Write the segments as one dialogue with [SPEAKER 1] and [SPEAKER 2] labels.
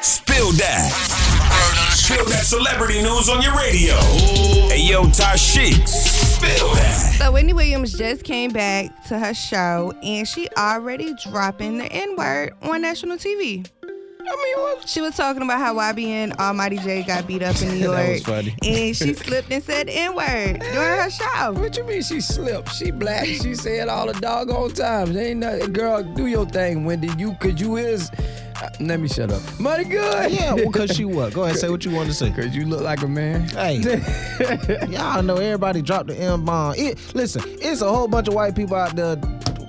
[SPEAKER 1] Feel that. Feel that celebrity news on your radio. Hey, yo, Tashiks. Feel that.
[SPEAKER 2] So Wendy Williams just came back to her show and she already dropping the N-word on national TV. I mean, what- she was talking about how YBN Almighty J got beat up in New York.
[SPEAKER 3] That was funny.
[SPEAKER 2] And she slipped and said N-word during her show.
[SPEAKER 3] What you mean she slipped? She black. She said all the doggone times. Ain't nothing. Girl, do your thing, Wendy. You, cause you is. uh, Let me shut up. Money good.
[SPEAKER 4] Yeah, well, cause she what? Go ahead, say what you want to say.
[SPEAKER 3] Cause you look like a man.
[SPEAKER 2] Uh,
[SPEAKER 4] Hey, y'all know everybody dropped the M bomb. It listen, it's a whole bunch of white people out there.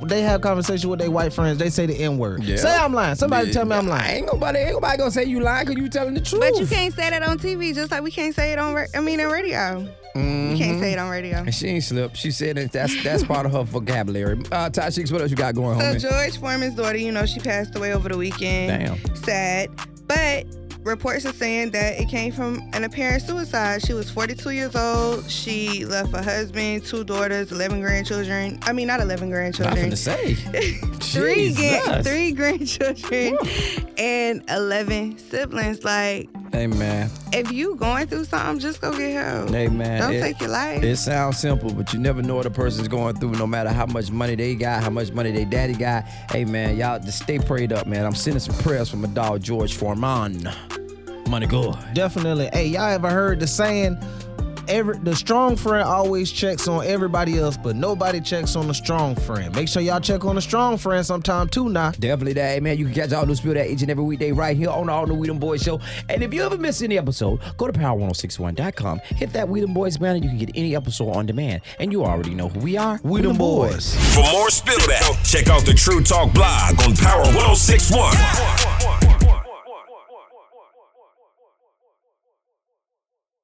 [SPEAKER 4] They have conversation with their white friends. They say the N word.
[SPEAKER 3] Yeah.
[SPEAKER 4] Say I'm lying. Somebody
[SPEAKER 3] Yeah.
[SPEAKER 4] tell me I'm lying.
[SPEAKER 3] Ain't nobody, ain't nobody gonna say you lying because you telling the truth.
[SPEAKER 2] But you can't say that on TV, just like we can't say it on. ra- I mean, on radio. You
[SPEAKER 3] Mm-hmm.
[SPEAKER 2] can't say it on radio.
[SPEAKER 3] And she ain't slipped. She said that that's that's part of her vocabulary. Uh, Tashiks, what else you got going,
[SPEAKER 2] So
[SPEAKER 3] homie?
[SPEAKER 2] George Foreman's daughter, you know, she passed away over the weekend.
[SPEAKER 3] Damn.
[SPEAKER 2] Sad. But reports are saying that it came from an apparent suicide. She was 42 years old. She left a husband, two daughters, 11 grandchildren. I mean, not 11
[SPEAKER 3] I'm
[SPEAKER 2] grandchildren.
[SPEAKER 3] finna say.
[SPEAKER 2] Three, grand,
[SPEAKER 3] Jesus.
[SPEAKER 2] three grandchildren and 11 siblings. Like,
[SPEAKER 3] Hey man,
[SPEAKER 2] if you going through something, just go get help.
[SPEAKER 3] hey man.
[SPEAKER 2] Don't
[SPEAKER 3] it,
[SPEAKER 2] take your life.
[SPEAKER 3] It sounds simple, but you never know what a person's going through, no matter how much money they got, how much money they daddy got. Hey man, y'all just stay prayed up, man. I'm sending some prayers from my dog George Foreman. Money good.
[SPEAKER 4] Definitely. Hey, y'all ever heard the saying? Every the strong friend always checks on everybody else, but nobody checks on the strong friend. Make sure y'all check on the strong friend sometime too. Now,
[SPEAKER 3] Definitely that, hey, man. You can catch all new spill that each and every weekday right here on the All New Weedham Boys Show. And if you ever miss any episode, go to power1061.com, hit that Weedham Boys banner, you can get any episode on demand. And you already know who we are.
[SPEAKER 4] we them boys.
[SPEAKER 1] oh For more Spill that, check out the True Talk blog on Power 1061.